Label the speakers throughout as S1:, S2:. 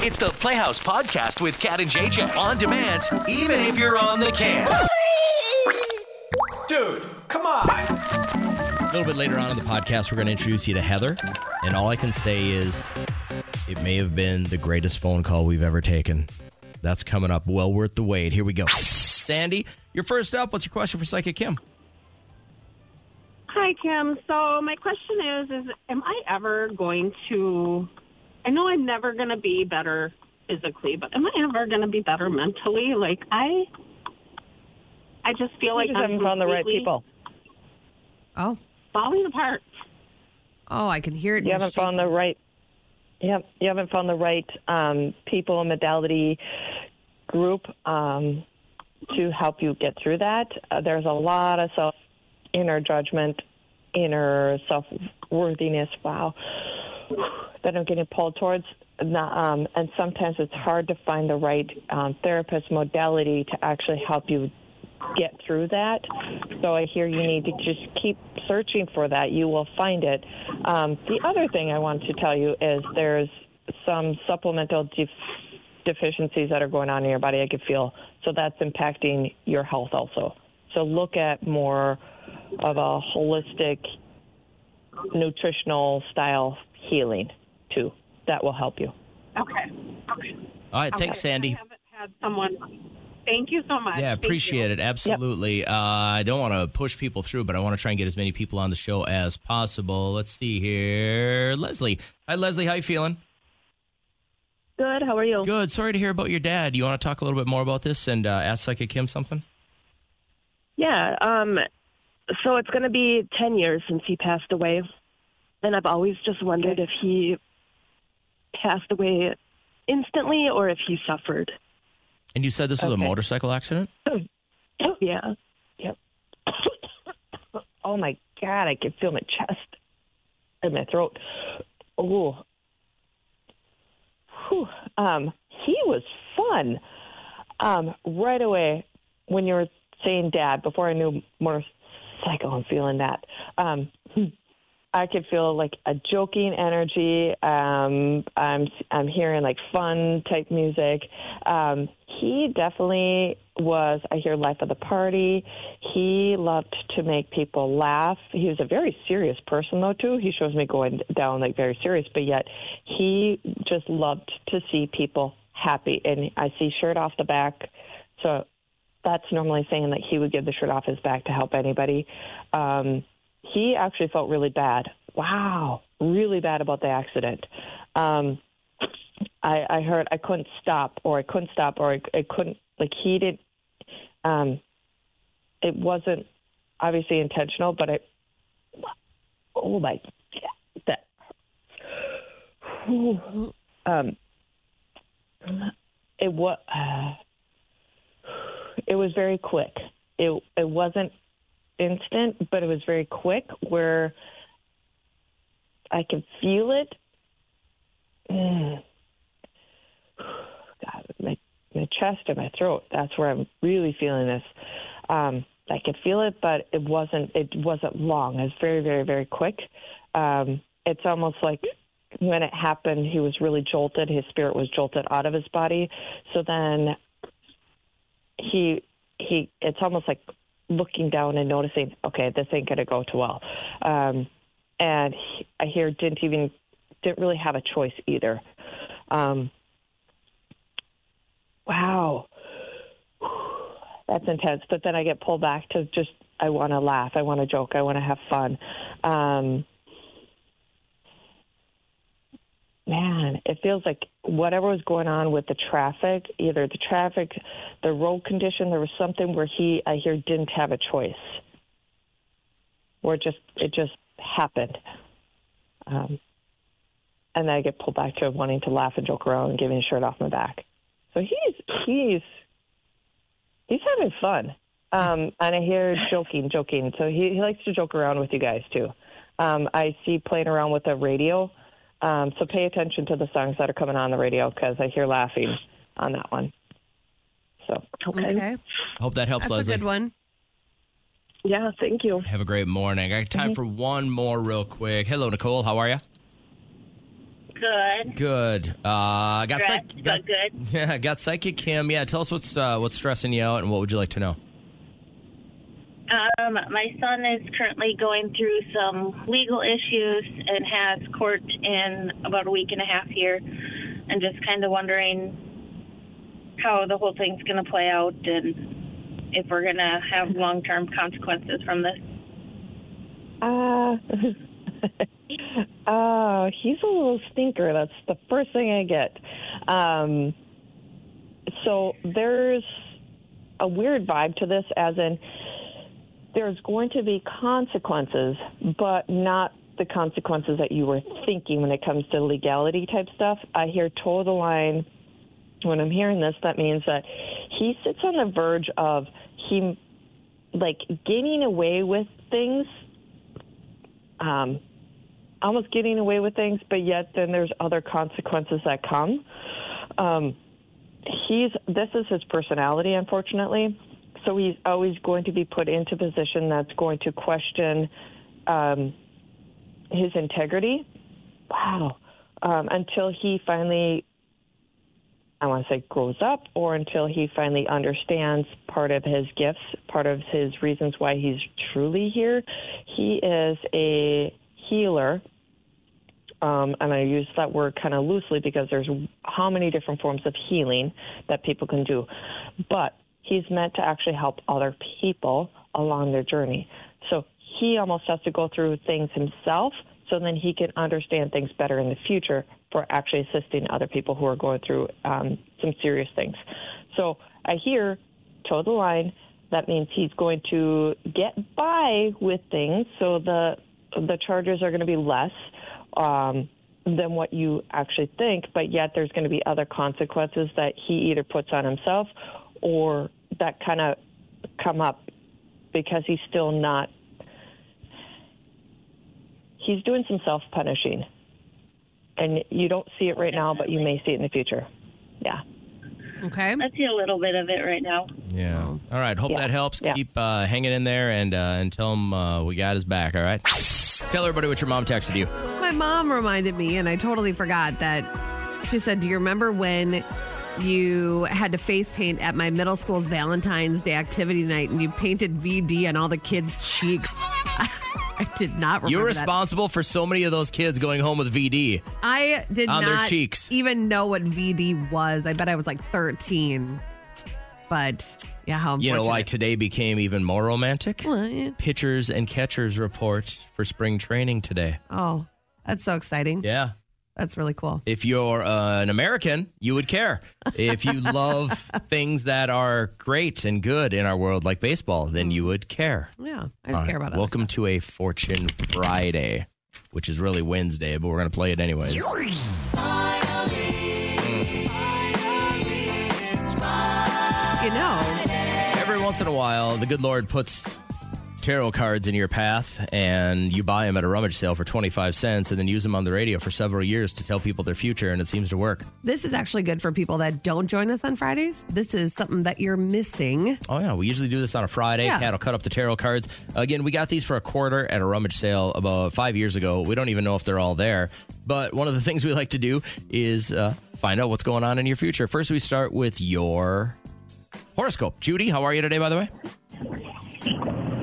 S1: It's the Playhouse Podcast with Cat and JJ on demand, even if you're on the can.
S2: Dude, come on.
S3: A little bit later on in the podcast, we're going to introduce you to Heather. And all I can say is it may have been the greatest phone call we've ever taken. That's coming up. Well worth the wait. Here we go. Sandy, you're first up. What's your question for Psychic Kim?
S4: Hi, Kim. So my question is: Is am I ever going to? I know I'm never going to be better physically, but am I ever going to be better mentally? Like I, I just feel like
S5: you just
S4: I'm
S5: haven't found the right
S4: completely
S5: people.
S6: Oh,
S4: falling apart.
S6: oh, I can hear it. in
S5: You
S6: your
S5: haven't
S6: shake.
S5: found the right. You, have, you haven't found the right um, people modality group um, to help you get through that. Uh, there's a lot of self inner judgment, inner self worthiness. Wow, that I'm getting pulled towards. Not, Um, and sometimes it's hard to find the right um, therapist modality to actually help you get through that. So I hear you need to just keep searching for that. You will find it. Um, the other thing I want to tell you is there's some supplemental def- deficiencies that are going on in your body. I could feel so that's impacting your health also. So look at more of a holistic nutritional style healing too. That will help you.
S4: Okay. Okay.
S3: All right. Thanks, Sandy.
S4: I haven't had someone. Thank you so much.
S3: Yeah, appreciate it. Absolutely. Uh, I don't want to push people through, but I want to try and get as many people on the show as possible. Let's see here. Leslie. Hi, Leslie. How you feeling?
S7: Good. How are you?
S3: Good. Sorry to hear about your dad. You want to talk a little bit more about this and uh, ask Psychic Kim something?
S7: Yeah. Um, so it's going to be 10 years since he passed away. And I've always just wondered if he passed away instantly or if he suffered.
S3: And you said this was
S5: Okay.
S3: a motorcycle accident?
S7: yeah.
S5: Oh my God, I can feel my chest and my throat. Oh. Whew. Um, he was fun. Um, right away, when you were saying dad, before I knew motorcycle, I'm feeling that. Um, I could feel like a joking energy. Um, I'm I'm hearing like fun type music. Um, he definitely was. I hear life of the party. He loved to make people laugh. He was a very serious person though too. He shows me going down like very serious, but yet he just loved to see people happy. And I see shirt off the back, so that's normally saying that he would give the shirt off his back to help anybody. Um, he actually felt really bad. Wow, really bad about the accident. Um, I, I heard I couldn't stop, or I couldn't stop, or I, I couldn't. Like he didn't. Um, it wasn't obviously intentional, but it. Oh my, God, that. Um, it was. Uh, it was very quick. It it wasn't instant, but it was very quick where I could feel it. Mm. God, my my chest and my throat. That's where I'm really feeling this. Um, I could feel it, but it wasn't it wasn't long. It was very very very quick. Um, it's almost like when it happened, he was really jolted. His spirit was jolted out of his body. So then he he it's almost like looking down and noticing okay this ain't going to go too well um and he, i hear didn't even didn't really have a choice either um wow that's intense but then i get pulled back to just i want to laugh i want to joke i want to have fun um man, it feels like whatever was going on with the traffic, either the traffic, the road condition, there was something where he, I hear, didn't have a choice. Where just it just happened, um, and I get pulled back to wanting to laugh and joke around and giving a shirt off my back. So he's he's he's having fun, um, and I hear joking, joking. So he, he likes to joke around with you guys too. Um, I see playing around with the radio. Um, so pay attention to the songs that are coming on the radio because I hear laughing on that one. So
S7: Okay.
S6: Okay,
S3: Hope that helps,
S6: that's
S3: Leslie.
S6: a good one.
S7: Yeah. Thank you.
S3: Have a
S6: Mm-hmm.
S3: great morning. I got time for one more real quick. Hello, Nicole. How are you?
S4: Good.
S3: Good. Uh, I got
S4: Stressed,
S3: psych- got,
S4: but good.
S3: Yeah, I got psychic Kim. Yeah, tell us what's uh, what's stressing you out, and what would you like to know?
S4: Um, my son is currently going through some legal issues and has court in about a week and a half here, and just kind of wondering how the whole thing's going to play out and if we're going to have long-term consequences from this.
S5: Uh, oh, he's a little stinker. That's the first thing I get. Um, so there's a weird vibe to this, as in there's going to be consequences, but not the consequences that you were thinking when it comes to legality type stuff. I hear toe the line when I'm hearing this. That means that he sits on the verge of him like getting away with things um, almost getting away with things, but yet then there's other consequences that come. Um, he's this is his personality, unfortunately. So he's always going to be put into a position that's going to question um, his integrity. Wow. Um, until he finally, I want to say, grows up, or until he finally understands part of his gifts, part of his reasons why he's truly here. He is a healer. Um, and I use that word kind of loosely because there's how many different forms of healing that people can do. But he's meant to actually help other people along their journey. So he almost has to go through things himself so then he can understand things better in the future for actually assisting other people who are going through um, some serious things. So I hear toe the line. That means he's going to get by with things, so the the charges are going to be less um, than what you actually think. But yet, there's going to be other consequences that he either puts on himself, or that kind of come up because he's still not. He's doing some self punishing, and you don't see it right now, but you may see it in the future. Yeah.
S6: Okay.
S4: I see a little bit of it right now.
S3: Yeah.
S6: Um,
S3: All right. Hope
S5: Yeah.
S3: that helps.
S5: Yeah.
S3: Keep uh, hanging in there, and uh, and tell him uh, we got his back. All right. Tell everybody what your mom texted you.
S6: My mom reminded me, and I totally forgot that she said, Do you remember when you had to face paint at my middle school's Valentine's Day activity night and you painted VD on all the kids' cheeks? I did not remember.
S3: You're
S6: that.
S3: responsible for so many of those kids going home with VD.
S6: I did
S3: on their
S6: not
S3: cheeks.
S6: even know what VD was. I bet I was like 13. But yeah, how
S3: You know why
S6: unfortunate.
S3: today became even more romantic?
S6: Well, yeah.
S3: Pitchers and catchers report for spring training today.
S6: Oh, that's so exciting.
S3: Yeah.
S6: That's really cool.
S3: If you're uh, an American, you would care. If you love things that are great and good in our world, like baseball, then you would care.
S6: Yeah, I just
S3: All
S6: care
S3: right.
S6: about it.
S3: Welcome to a Fortune Friday, which is really Wednesday, but we're going to play it anyways.
S6: You know,
S3: Every once in a while, the good Lord puts tarot cards in your path and you buy them at a rummage sale for 25 cents and then use them on the radio for several years to tell people their future, and it seems to work.
S6: this is actually good for people that don't join us on Fridays. This is something that you're missing.
S3: Oh yeah, we usually do this on a Friday.
S6: Yeah.
S3: Cat will cut up the tarot cards. Again, we got these for a quarter at a rummage sale about five years ago. We don't even know if they're all there. But one of the things we like to do is uh, find out what's going on in your future. First, we start with your horoscope. Judy, how are you today? By the way,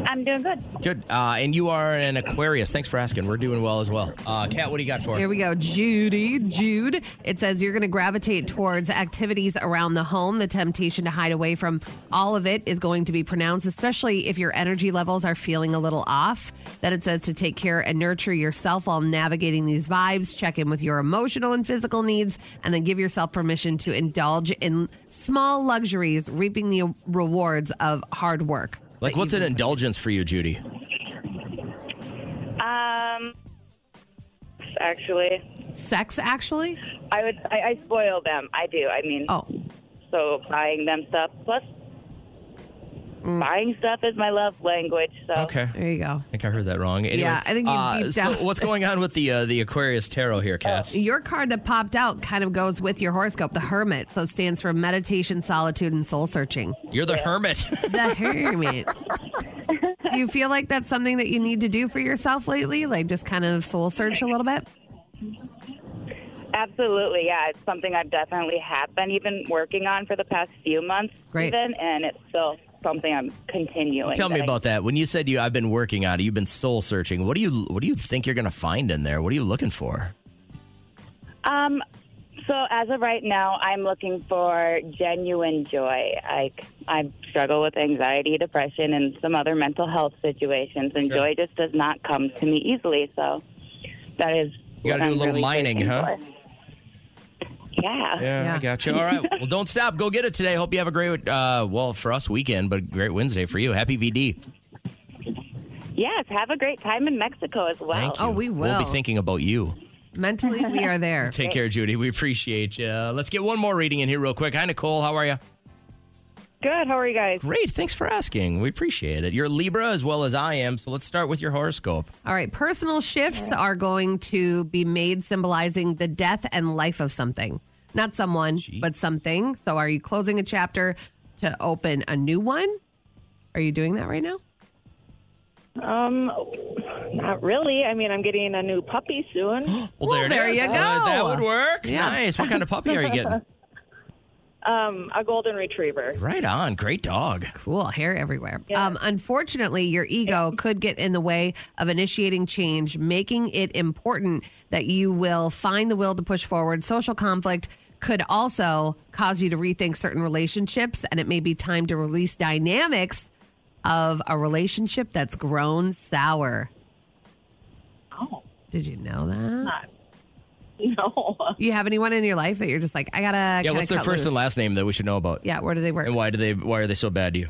S4: I'm doing good.
S3: good. Uh, and you are an Aquarius. Thanks for asking. We're doing well as well. Uh, Kat, what do you got for?
S6: Here we go. Judy, Jude. It says you're going to gravitate towards activities around the home. The temptation to hide away from all of it is going to be pronounced, especially if your energy levels are feeling a little off. Then it says to take care and nurture yourself while navigating these vibes. Check in with your emotional and physical needs, and then give yourself permission to indulge in small luxuries, reaping the rewards of hard work.
S3: Like,
S6: that
S3: what's
S6: you've
S3: an
S6: been
S3: indulgence for you, Judy?
S7: Um, actually,
S6: Sex, actually?
S7: I would. I, I spoil them. I do. I mean,
S6: Oh,
S7: so buying them stuff. Plus, buying stuff is my love language. So
S3: Okay. I
S6: there you go.
S3: think I heard that wrong. Anyways,
S6: Yeah, I think you
S3: uh,
S6: beat
S3: so
S6: down-
S3: what's going on with the uh, the Aquarius tarot here, Kat?
S6: Your card that popped out kind of goes with your horoscope, the Hermit. So it stands for meditation, solitude, and soul searching.
S3: You're the hermit.
S6: The Hermit. do you feel like that's something that you need to do for yourself lately? Like just kind of soul search a little bit?
S2: Absolutely, yeah. It's something I've definitely have been even working on for the past few months,
S6: Great.
S2: even, and it's still something I'm continuing.
S3: Tell me
S2: that I-
S3: about that. When you said you, I've been working on it. You've been soul searching. What do you What do you think you're going to find in there? What are you looking for?
S2: Um, so as of right now, I'm looking for genuine joy. I I struggle with anxiety, depression, and some other mental health situations, and
S3: Sure.
S2: joy just does not come to me easily. So that is
S3: You gotta
S2: what
S3: do a
S2: I'm
S3: little
S2: really
S3: mining,
S2: searching
S3: huh?
S2: for. Yeah.
S6: Yeah. I
S3: got you. All right. Well, don't stop. Go get it today. Hope you have a great, uh, well, for us weekend, but great Wednesday for you. Happy VD.
S2: Yes. Have a great time in Mexico as well.
S3: Thank you.
S6: Oh, we
S3: We'll
S6: will.
S3: be thinking about you.
S6: Mentally, we are there.
S3: Take care, Judy. We appreciate you. Let's get one more reading in here real quick. Hi, Nicole. How are you?
S8: Good. How are you guys?
S3: Great. Thanks for asking. We appreciate it. You're a Libra as well as I am. So let's start with your horoscope.
S6: All right, personal shifts are going to be made symbolizing the death and life of something. Not someone, but something. So are you closing a chapter to open a new one? Are you doing that right now?
S8: Um, not really. I mean, I'm getting a new puppy soon.
S3: Well, there, it
S6: there
S3: is. Uh,
S6: you go.
S3: that would work.
S6: Yeah.
S3: Nice. What kind of puppy are you getting?
S8: um, a golden retriever.
S3: Right on. Great dog.
S6: Cool, hair everywhere. Um, unfortunately, your ego could get in the way of initiating change, making it important that you will find the will to push forward. Social conflict could also cause you to rethink certain relationships, and it may be time to release dynamics of a relationship that's grown sour.
S8: Oh,
S6: Did you know that?
S8: not. No.
S6: You have anyone in your life that you're just like, I gotta.
S3: Yeah.
S6: kinda
S3: What's their
S6: cut
S3: first
S6: loose?
S3: and last name that we should know about?
S6: Yeah, where do they work?
S3: And why do they? Why are they so bad to you?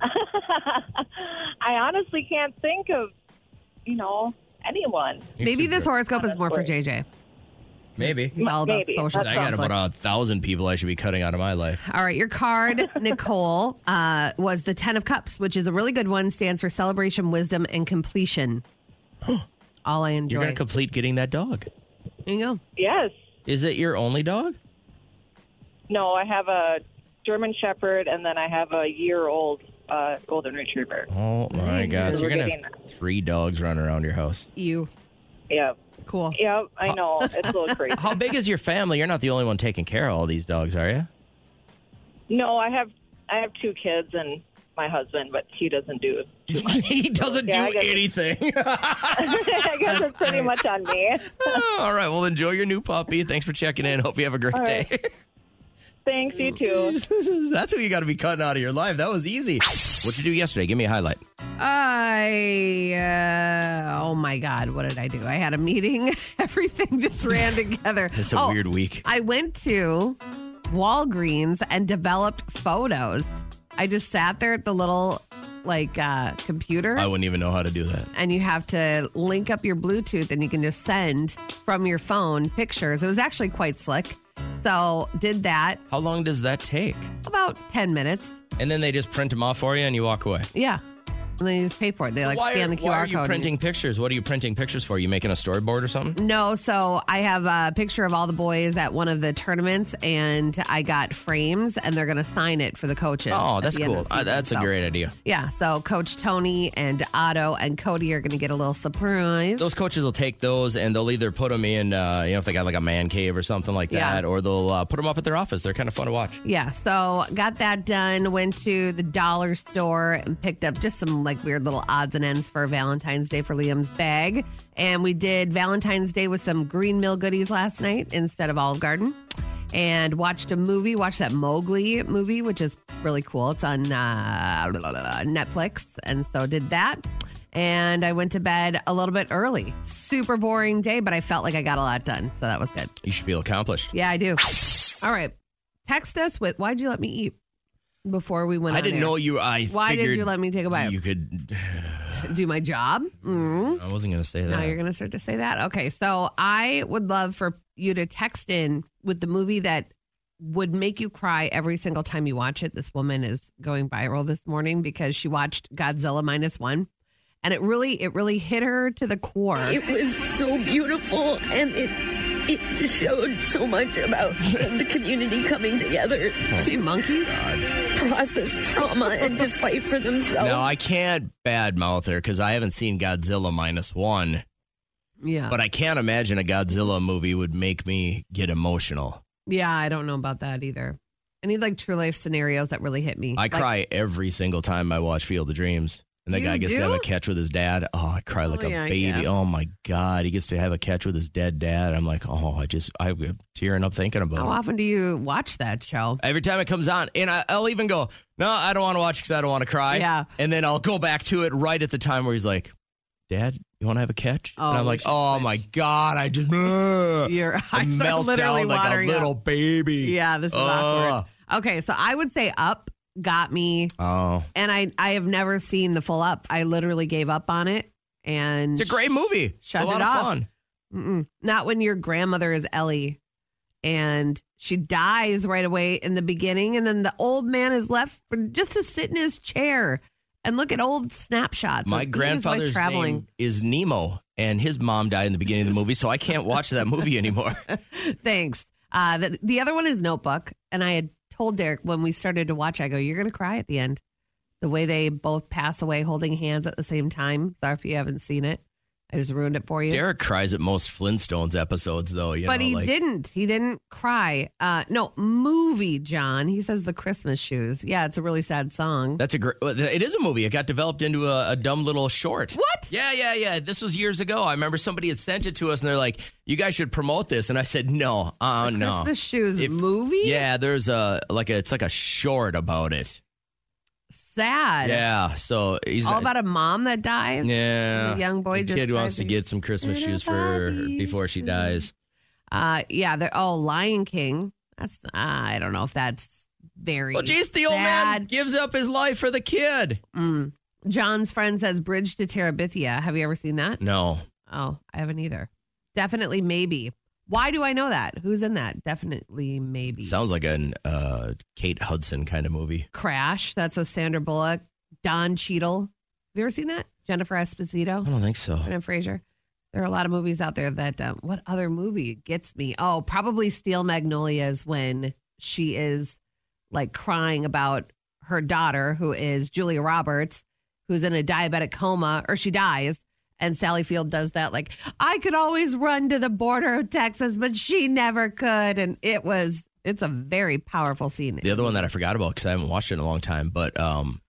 S8: I honestly can't think of, you know, anyone.
S6: Maybe this horoscope is more for
S8: Honestly.
S6: JJ.
S3: Maybe.
S6: It's all about
S8: Oh, Maybe.
S6: social
S3: I got
S6: conflict.
S3: about a thousand people I should be cutting out of my life.
S6: All right, your card, Nicole, uh, was the Ten of Cups, which is a really good one. Stands for celebration, wisdom, and completion. All I
S3: You're
S6: enjoy.
S3: gonna complete getting that dog.
S6: there you go.
S8: Yes.
S3: Is it your only dog?
S8: No, I have a German Shepherd, and then I have a year-old uh, golden retriever.
S3: Oh my gosh! You're
S8: We're
S3: gonna
S8: getting-
S3: have three dogs running around your house.
S6: You
S8: Yep.
S6: cool.
S8: Yep. I know it's a little crazy.
S3: How big is your family? You're not the only one taking care of all these dogs, are you?
S8: No, I have I have two kids and my husband, but he doesn't do.
S3: he doesn't
S8: Yeah, I
S3: do
S8: guess-
S3: anything.
S8: I guess it's pretty
S6: right.
S8: much on me.
S3: all right. Well, enjoy your new puppy. Thanks for checking in. Hope you have a great day.
S8: right. Thanks, you too.
S3: this is, that's who you got to be cutting out of your life. That was easy. What'd you do yesterday? Give me a highlight.
S6: I uh, oh my god, what did I do? I had a meeting. Everything just ran together.
S3: It's a
S6: Oh,
S3: weird week.
S6: I went to Walgreens and developed photos. I just sat there at the little like uh, computer.
S3: I wouldn't even know how to do that.
S6: and you have to link up your Bluetooth and you can just send from your phone pictures. It was actually quite slick. So did that
S3: How long does that take?
S6: about 10 minutes.
S3: And then they just print them off for you and you walk away.
S6: Yeah. And then you just pay for it. They like
S3: why,
S6: scan the
S3: are-
S6: QR
S3: why are
S6: code.
S3: you
S6: and-
S3: printing pictures? What are you printing pictures for? You making a storyboard or something?
S6: No, so I have a picture of all the boys at one of the tournaments, and I got frames, and they're going to sign it for the coaches.
S3: Oh,
S6: at
S3: that's
S6: the end
S3: cool.
S6: of the
S3: Uh,
S6: season.
S3: that's a
S6: So,
S3: great idea.
S6: Yeah, so Coach Tony and Otto and Cody are going to get a little surprise.
S3: Those coaches will take those and they'll either put them in, uh, you know, if they got like a man cave or something like
S6: Yeah.
S3: that, or they'll uh, put them up at their office. They're kind of fun to watch.
S6: Yeah, so got that done. Went to the dollar store and picked up just some like weird little odds and ends for Valentine's Day for Liam's bag. And we did Valentine's Day with some Green Mill goodies last night instead of Olive Garden. And watched a movie, watched that Mowgli movie, which is really cool. It's on uh, Netflix. And so did that. And I went to bed a little bit early. Super boring day, but I felt like I got a lot done. So that was good.
S3: You should feel accomplished.
S6: Yeah, I do. All right. Text us with why'd you let me eat before we went
S3: I
S6: on
S3: didn't
S6: air?
S3: know you. I
S6: Why did
S3: figured
S6: you let me take a bite?
S3: You could.
S6: do my job. Mm.
S3: I wasn't gonna say that.
S6: Now you're going to start to say that. Okay. So I would love for you to text in with the movie that would make you cry every single time you watch it. This woman is going viral this morning because she watched Godzilla minus one. And it really, it really hit her to the core.
S9: It was so beautiful, and it it just showed so much about the community coming together
S6: Two
S9: to
S6: monkeys.
S9: process trauma and to fight for themselves.
S3: Now I can't badmouth her because I haven't seen Godzilla minus one.
S6: Yeah.
S3: But I can't imagine a Godzilla movie would make me get emotional.
S6: yeah, I don't know about that either. I need like true life scenarios that really hit me.
S3: I
S6: Like,
S3: cry every single time I watch Field of Dreams. And that
S6: You
S3: guy gets to have
S6: do?
S3: a catch with his dad. Oh, I cry like
S10: Oh,
S3: a
S10: yeah,
S3: baby.
S10: yeah.
S3: Oh my God. He gets to have a catch with his dead dad. I'm like, oh, I just, I'm tearing up thinking about
S6: How
S3: it.
S6: often do you watch that show?
S3: Every time it comes on, and I, I'll even go, no, I don't want to watch because I don't want to cry.
S6: Yeah.
S3: And then I'll go back to it right at the time where he's like, Dad, you want to have a catch?
S6: Oh,
S3: and I'm
S6: we
S3: like,
S6: should
S3: oh my God, I just ugh."
S6: Your
S3: I
S6: eyes are
S3: melt
S6: literally
S3: down like a
S6: watering up.
S3: little baby.
S6: Yeah, this is awkward. Okay, so I would say Up got me,
S3: Oh.
S6: and I I have never seen the full Up. I literally gave up on it, and
S3: It's a great movie.
S6: Shut
S3: a lot
S6: it
S3: of
S6: off.
S3: fun.
S6: Mm-mm. Not when your grandmother is Ellie and she dies right away in the beginning. And then the old man is left for just to sit in his chair and look at old snapshots.
S3: My
S6: of me and his wife
S3: grandfather's
S6: traveling.
S3: name is Nemo, and his mom died in the beginning of the movie, so I can't watch that movie anymore.
S6: Thanks. Uh, the, the other one is Notebook. And I had told Derek when we started to watch, I go, You're going to cry at the end. The way they both pass away holding hands at the same time. Sorry if you haven't seen it. I just ruined it for you.
S3: Derek cries at most Flintstones episodes, though. You
S6: but
S3: know,
S6: he
S3: like,
S6: didn't. He didn't cry. Uh, no, movie, John. He says the Christmas shoes. Yeah, it's a really sad song.
S3: That's a great. It is a movie. It got developed into a, a dumb little short.
S6: What?
S3: Yeah, yeah, yeah. This was years ago. I remember somebody had sent it to us, and they're like, "You guys should promote this." And I said, "No, uh, no."
S6: Christmas shoes
S3: If-
S6: movie?
S3: Yeah, there's a like a it's like a short about it.
S6: Sad.
S3: Yeah, so he's
S6: All about a mom that dies.
S3: yeah.
S6: the young
S3: The
S6: boy just
S3: kid wants
S6: tries
S3: to
S6: to-
S3: get some Christmas shoes for her before she dies.
S6: Uh, yeah. They're oh, Lion King. That's uh, I don't know if that's very.
S3: Well, geez, the old man
S6: sad.
S3: gives up his life for the kid.
S6: Mm. John's friend says Bridge to Terabithia. Have you ever seen that?
S3: No,
S6: Oh, I haven't either. Definitely, maybe. Why do I know that? Who's in that? Definitely, maybe.
S3: sounds like an uh, Kate Hudson kind of movie.
S6: Crash. That's with Sandra Bullock, Don Cheadle. Have you ever seen that? Jennifer
S3: I
S6: Esposito,
S3: don't think so.
S6: Brendan Fraser. There are a lot of movies out there that. Um, what other movie gets me? Oh, probably Steel Magnolias when she is like crying about her daughter, who is Julia Roberts, who's in a diabetic coma, or she dies. And Sally Field does that, like, I could always run to the border of Texas, but she never could. And it was, it's a very powerful scene.
S3: The other one that I forgot about because I haven't watched it in a long time, but um,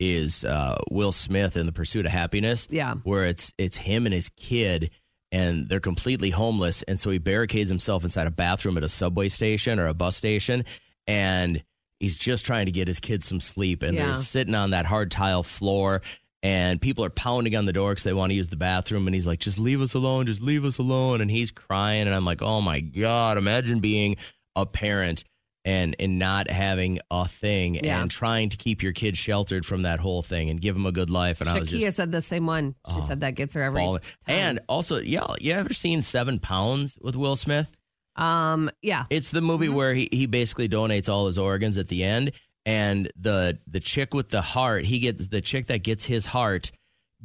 S3: is uh, Will Smith in The Pursuit of Happiness,
S6: Yeah.
S3: where it's it's him and his kid, and they're completely homeless, and so he barricades himself inside a bathroom at a subway station or a bus station, and he's just trying to get his kids some sleep, and
S6: Yeah.
S3: they're sitting on that hard tile floor. And people are pounding on the door because they want to use the bathroom. And he's like, just leave us alone, just leave us alone. And he's crying. And I'm like, oh my God, imagine being a parent and and not having a thing
S6: Yeah.
S3: and trying to keep your kids sheltered from that whole thing and give them a good life. And I was
S6: Shakia
S3: just
S6: said the same one. She
S3: Oh,
S6: said that gets her every
S3: balling. And also, yeah, you ever seen Seven Pounds with Will Smith?
S6: um yeah. Mm-hmm.
S3: It's the movie where he, he basically donates all his organs at the end, and the the chick with the heart, he gets the chick that gets his heart,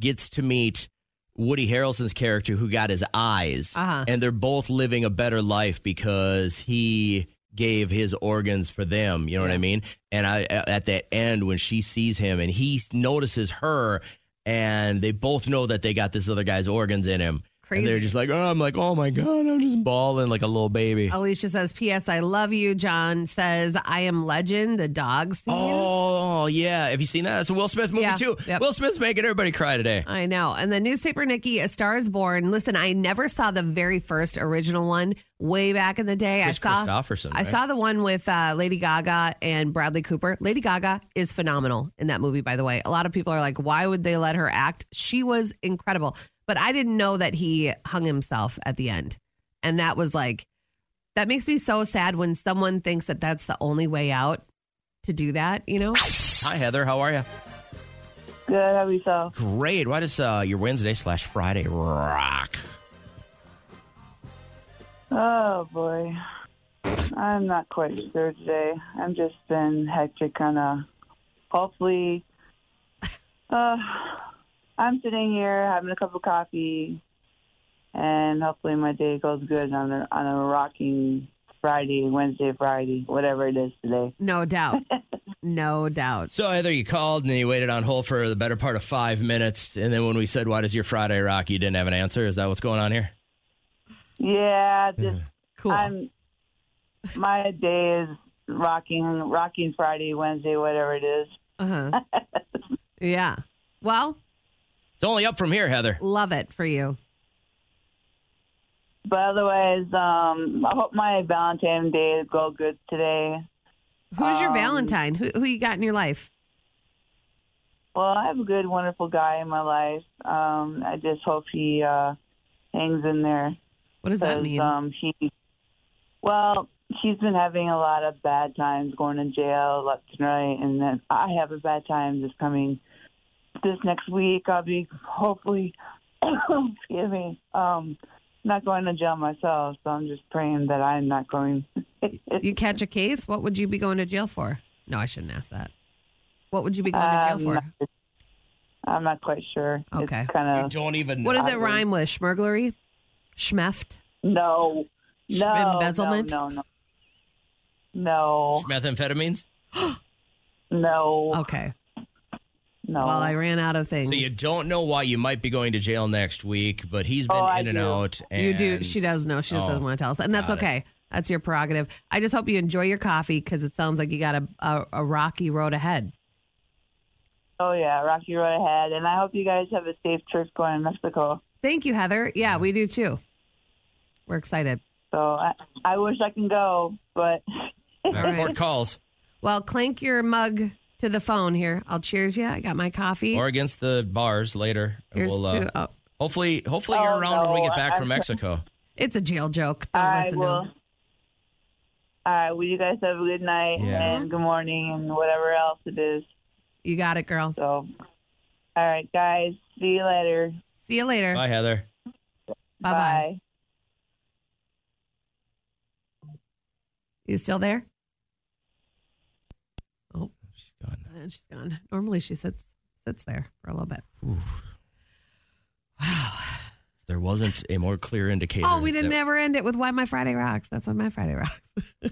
S3: gets to meet Woody Harrelson's character who got his eyes,
S6: Uh-huh.
S3: and they're both living a better life because he gave his organs for them. You know what I mean? And I a- at that end when she sees him and he s- notices her. And they both know that they got this other guy's organs in him.
S6: Crazy.
S3: And they're just like, oh, I'm like, oh my God, I'm just bawling like a little baby.
S6: Alicia says, P.S. I love you. John says, I am legend, the dog scene.
S3: Oh yeah, have you seen that? That's a Will Smith movie
S6: Yeah,
S3: too.
S6: yep.
S3: Will Smith's making everybody cry today.
S6: I know. And the newspaper Nikki, A Star is Born. Listen, I never saw the very first original one way back in the day.
S3: Chris
S6: I saw
S3: Christopherson,
S6: I
S3: right?
S6: saw the one with uh, Lady Gaga and Bradley Cooper. Lady Gaga is phenomenal in that movie, by the way. A lot of people are like, why would they let her act? She was incredible. But I didn't know that he hung himself at the end. And that was like, that makes me so sad when someone thinks that that's the only way out to do that, you know?
S3: Hi Heather, how are you?
S5: Good, how about yourself?
S3: Great. Why does uh, your Wednesday slash Friday rock?
S11: Oh boy. I'm not quite sure today. I've just been hectic kind of hopefully uh I'm sitting here having a cup of coffee and hopefully my day goes good on a on a rocking Friday, Wednesday, Friday, whatever it is today.
S6: No doubt. No doubt.
S3: So Heather, you called and then you waited on hold for the better part of five minutes, and then when we said, "Why does your Friday rock?" you didn't have an answer. Is that what's going on here?
S11: Yeah, just cool. I'm my day is rocking, rocking Friday, Wednesday, whatever it is.
S6: Uh huh. yeah. Well,
S3: it's only up from here, Heather.
S6: love it for you.
S11: But otherwise, um, I hope my Valentine Day go good today.
S6: Who's your
S11: Um,
S6: Valentine? Who who you got in your life?
S11: Well, I have a good, wonderful guy in my life. Um, I just hope he uh, hangs in there.
S6: What does that
S11: 'Cause,
S6: mean?
S11: Um, he, well, she's been having a lot of bad times, going to jail left and right, and then I have a bad time this coming this next week. I'll be hopefully, excuse me, um, not going to jail myself. So I'm just praying that I'm not going.
S6: You catch a case? What would you be going to jail for? No, I shouldn't ask that. What would you be going to jail
S11: Um,
S6: for?
S11: I'm not quite sure.
S6: Okay.
S11: It's kind of
S3: don't even.
S6: What does it
S11: I-
S6: rhyme with? Schmurglery? Schmeft?
S11: no,
S6: Sh-
S11: no,
S6: embezzlement?
S11: no, no, no,
S3: Methamphetamines.
S11: no, no.
S6: Okay.
S11: Oh, no.
S6: Well, I ran out of things.
S3: So you don't know why you might be going to jail next week, but he's been
S11: Oh, I
S3: in and
S11: do.
S3: out. And
S6: You do. She does know. She just
S3: Oh,
S6: doesn't want to tell us. And that's
S3: got it.
S6: okay. That's your prerogative. I just hope you enjoy your coffee because it sounds like you got a, a, a rocky road ahead.
S11: Oh yeah, Rocky Road ahead, and I hope you guys have a safe trip going to Mexico.
S6: Thank you, Heather. Yeah, we do too. We're excited.
S11: So I, I wish I can go, but
S6: Oh,
S3: All right, More calls
S6: Well, clink your mug to the phone here. I'll cheers you. I got my coffee.
S3: or against the bars later. and
S6: Here's
S3: we'll, uh,
S6: to- oh,
S3: hopefully, hopefully you're
S11: Oh,
S3: around when we
S11: no,
S3: get back
S11: I-
S3: from Mexico.
S6: it's a jail joke. Don't
S11: I
S6: listen to
S11: will.
S6: him.
S11: All right, well, you guys have a good night
S3: Yeah.
S11: and good morning and whatever else it is.
S6: You got it, girl.
S11: So, all right, guys, see you later.
S6: See you later.
S3: Bye, Heather.
S6: Bye bye. You still there? Oh,
S3: She's gone.
S6: and she's gone. Normally she sits sits there for a little bit.
S3: There wasn't a more clear indicator.
S6: Oh, we didn't
S3: that-
S6: ever end it with why my Friday rocks. That's why my Friday rocks.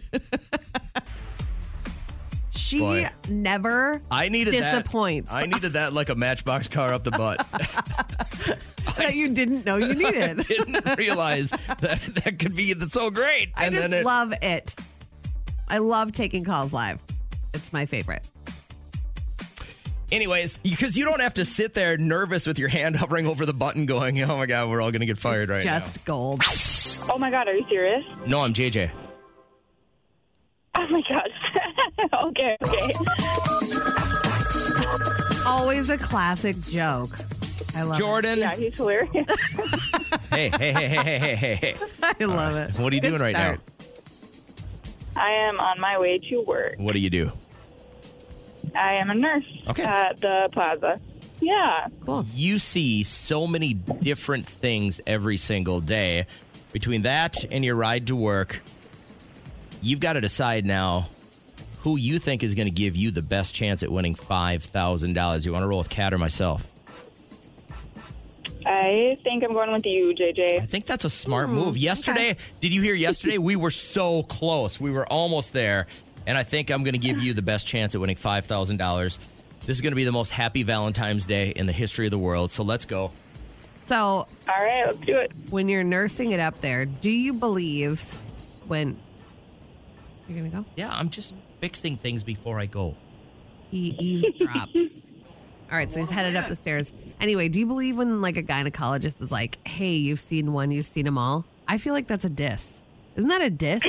S6: she
S3: Boy.
S6: never.
S3: I needed
S6: Disappoints.
S3: that. I needed that like a matchbox car up the butt.
S6: that you didn't know you needed.
S3: didn't realize that that could be so great.
S6: I just love it. I love taking calls live. It's my favorite.
S3: anyways, because you don't have to sit there nervous with your hand hovering over the button, going, "Oh my god, we're all gonna get fired right
S6: Just gold.
S8: Oh my God, are you serious?
S3: now." No, I'm JJ.
S8: Oh my God. okay, okay.
S6: Always a classic joke. I love
S3: Jordan.
S8: Yeah, he's hilarious.
S3: Hey, hey, hey, hey, hey, hey, hey, hey.
S6: it. I love it.
S3: What are you doing
S6: Good
S3: right now?
S6: start.
S8: I am on my way to work.
S3: What do you do?
S8: I am a nurse
S3: Okay.
S8: at the plaza. Yeah.
S3: You see so many different things every single day. Between that and your ride to work, you've got to decide now who you think is going to give you the best chance at winning $5,000. You want to roll with Cat or myself?
S8: I think I'm going with you,
S3: I
S8: JJ.
S3: think that's a smart move. Yesterday, did you hear yesterday? we were so close. We were almost there. And I think I'm going to give you the best chance at winning $5,000. This is going to be the most happy Valentine's Day in the history of the world. So let's go.
S6: So
S8: All right, let's do it.
S6: when you're nursing it up there, do you believe when you're gonna go?
S3: Yeah, I'm just fixing things before I go.
S6: He eavesdrops. All right, so he's headed up the stairs. Anyway, do you believe when like a gynecologist is like, "Hey, you've seen one, you've seen them all"? I feel like that's a diss. Isn't that a diss?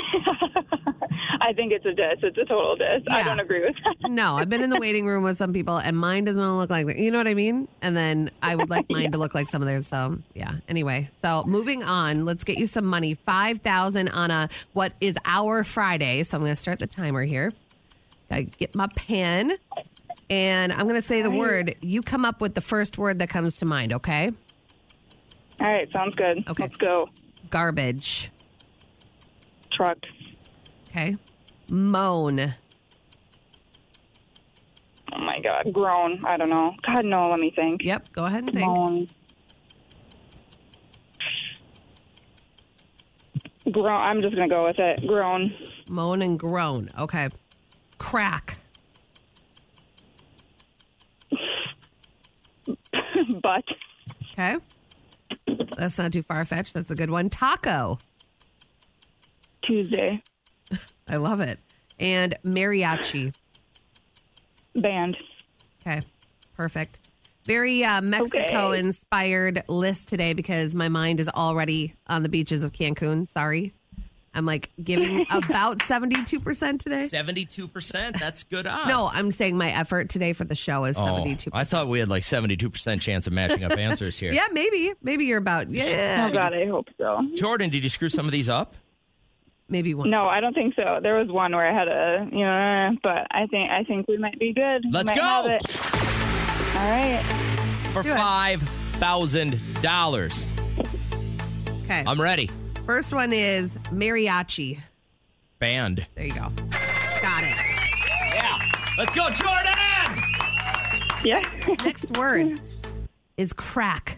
S8: I think it's a diss. It's a total diss. I
S6: Yeah.
S8: don't agree with that.
S6: no, I've been in the waiting room with some people, and mine doesn't look like that. You know what I mean? And then I would like mine to look like some of theirs. So yeah. Anyway, so moving on. Let's get you some money. Five thousand on a what is our Friday. So I'm going to start the timer here. I get my pen, and I'm going to say the word. You come up with the first word that comes to mind. Okay?
S8: All right, sounds good.
S6: Okay.
S8: Let's go.
S6: Garbage.
S8: Truck.
S6: Okay. Moan.
S8: Oh my God. Grown. I don't know. God, no, let me think.
S6: Yep. Go ahead and think.
S8: Grown. Grown. I'm just going to go with it. Grown.
S6: Moan and groan. Okay. Crack.
S11: but
S6: Okay. That's not too far fetched. That's a good one. Taco.
S11: Tuesday.
S6: I love it. And mariachi.
S11: Band.
S6: Okay. Perfect. Very uh, Mexico inspired list today because my mind is already on the beaches of Cancun. Sorry. I'm like giving about 72% today.
S3: Seventy-two percent. That's good odds.
S6: No, I'm saying my effort today for the show is
S3: Oh,
S6: 72%.
S3: I thought we had like seventy-two percent chance of matching up answers here.
S6: Yeah, maybe. Maybe you're about. Yeah.
S11: Oh God, I hope so.
S3: Jordan, did you screw some of these up?
S6: Maybe one.
S11: No, I don't think so. There was one where I had a you know, but I think I think we might be good. We
S3: Let's
S11: might
S3: go.
S11: have it. All right.
S3: for
S6: Do it.
S3: five thousand dollars.
S6: Okay.
S3: I'm ready.
S6: First one is mariachi.
S3: Band.
S6: There you go. Got it.
S3: Let's go, Jordan.
S11: Yeah.
S6: Next word is crack.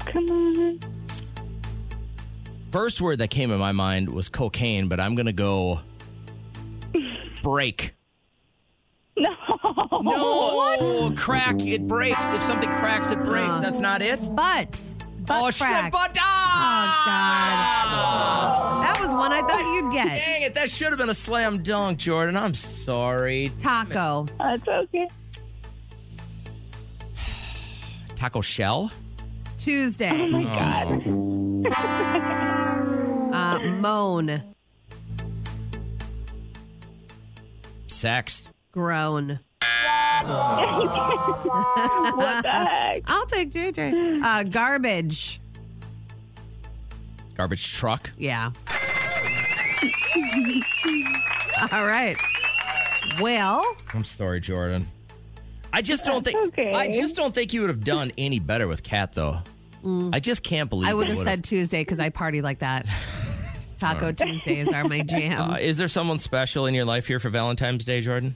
S11: Come on.
S3: First word that came in my mind was cocaine, but I'm gonna go break.
S11: No.
S3: No, crack. It breaks. If something cracks, it breaks.
S6: No.
S3: That's not it.
S6: But. Oh. Butt
S3: oh
S6: crack.
S3: shit! But ah!
S6: That was one I thought you'd get.
S3: Dang it! That should have been a slam dunk, Jordan. I'm sorry.
S6: Taco.
S11: That's okay.
S3: Taco shell.
S6: Tuesday.
S11: My God.
S6: Uh, moan.
S3: Sex.
S6: Groan.
S11: What the heck?
S6: I'll take JJ. Uh, garbage.
S3: Garbage truck.
S6: Yeah. All right. Well,
S3: I'm sorry, Jordan. I just don't think
S11: okay.
S3: I just don't think you would have done any better with Kat though. I just can't believe
S6: Mm. I
S3: you
S6: would have
S3: would've.
S6: said Tuesday because I party like that. Taco Tuesdays are my jam.
S3: Uh, is there someone special in your life here for Valentine's Day, Jordan?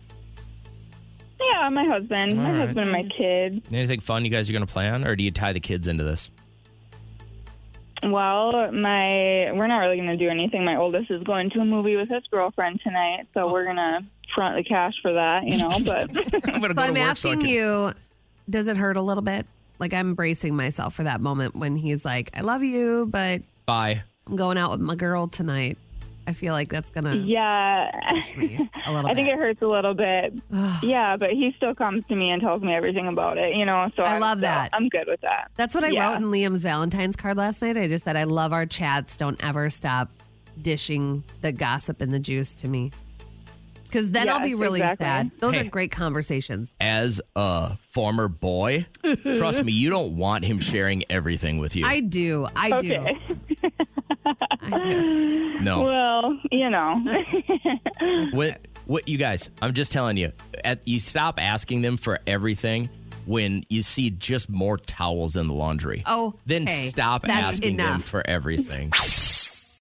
S11: Yeah, my husband,
S3: All
S11: my
S3: right.
S11: husband, and my kids.
S3: Anything fun you guys are going to plan, or do you tie the kids into this?
S11: Well, my we're not really gonna do anything. My oldest is going to a movie with his girlfriend tonight, so we're gonna front the cash for that, you know. But
S3: I'm going
S6: So I'm asking you, does it hurt a little bit? Like I'm bracing myself for that moment when he's like, "I love you, but
S3: Bye.
S6: I'm going out with my girl tonight." I feel like that's gonna
S11: yeah,
S6: push me a little
S11: I think
S6: bit.
S11: it hurts a little bit. yeah, but he still comes to me and tells me everything about it, you know. So
S6: I
S11: I'm
S6: love
S11: still-
S6: that.
S11: I'm good with that.
S6: that's what I
S11: yeah.
S6: wrote in Liam's Valentine's card last night. I just said, "I love our chats. Don't ever stop dishing the gossip and the juice to me." Because then I'll be
S11: Yes,
S6: really
S11: exactly.
S6: sad. Those
S3: Hey.
S6: are great conversations.
S3: As a former boy, trust me, you don't want him sharing everything with you.
S6: I do. I
S11: Okay.
S6: do. I do.
S3: no.
S11: Well, you know.
S3: What, what you guys? I'm just telling you. At, you stop asking them for everything when you see just more towels in the laundry.
S6: Oh,
S3: then
S6: hey,
S3: stop
S6: that's
S3: asking them
S6: enough.
S3: for everything.